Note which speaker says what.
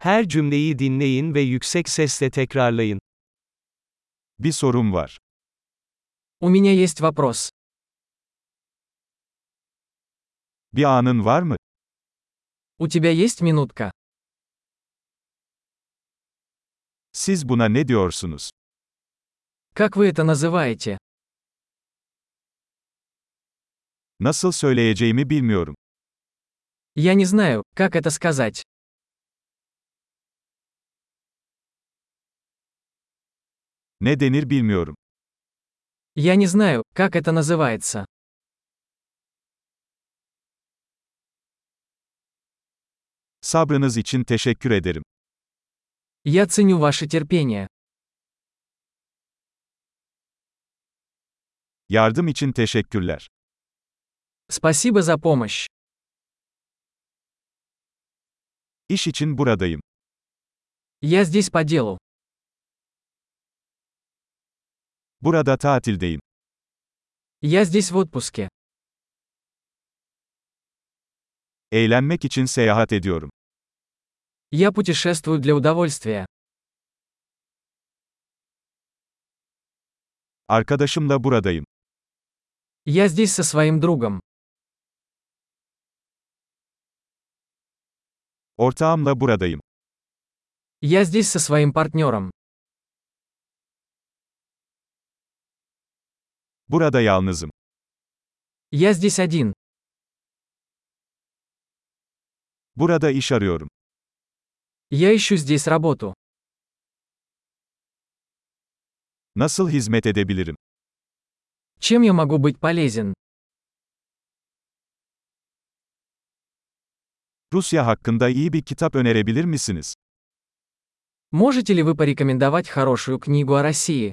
Speaker 1: Her cümleyi dinleyin ve yüksek sesle tekrarlayın.
Speaker 2: Bir sorum var.
Speaker 3: У меня есть вопрос.
Speaker 2: Bir anın var mı?
Speaker 3: У тебя есть минутка?
Speaker 2: Siz buna ne diyorsunuz?
Speaker 3: Как вы это называете?
Speaker 2: Nasıl söyleyeceğimi bilmiyorum.
Speaker 3: Я не знаю, как это сказать.
Speaker 2: Ne denir bilmiyorum.
Speaker 3: Я не знаю, как это называется.
Speaker 2: Sabrınız için teşekkür ederim.
Speaker 3: Я ценю ваше терпение.
Speaker 2: Yardım için teşekkürler.
Speaker 3: Спасибо за помощь.
Speaker 2: İş için buradayım.
Speaker 3: Я здесь по делу.
Speaker 2: Burada tatildeyim.
Speaker 3: Я здесь в отпуске.
Speaker 2: Eğlenmek için seyahat ediyorum.
Speaker 3: Я путешествую для удовольствия.
Speaker 2: Arkadaşımla buradayım.
Speaker 3: Я здесь со своим другом.
Speaker 2: Ortağımla buradayım.
Speaker 3: Я здесь со своим партнером.
Speaker 2: Burada yalnızım.
Speaker 3: Я здесь один.
Speaker 2: Burada iş arıyorum.
Speaker 3: Я ищу здесь работу.
Speaker 2: Nasıl hizmet edebilirim?
Speaker 3: Чем я могу быть полезен?
Speaker 2: Rusya hakkında iyi bir kitap önerebilir misiniz?
Speaker 3: Можете ли вы порекомендовать хорошую книгу о России?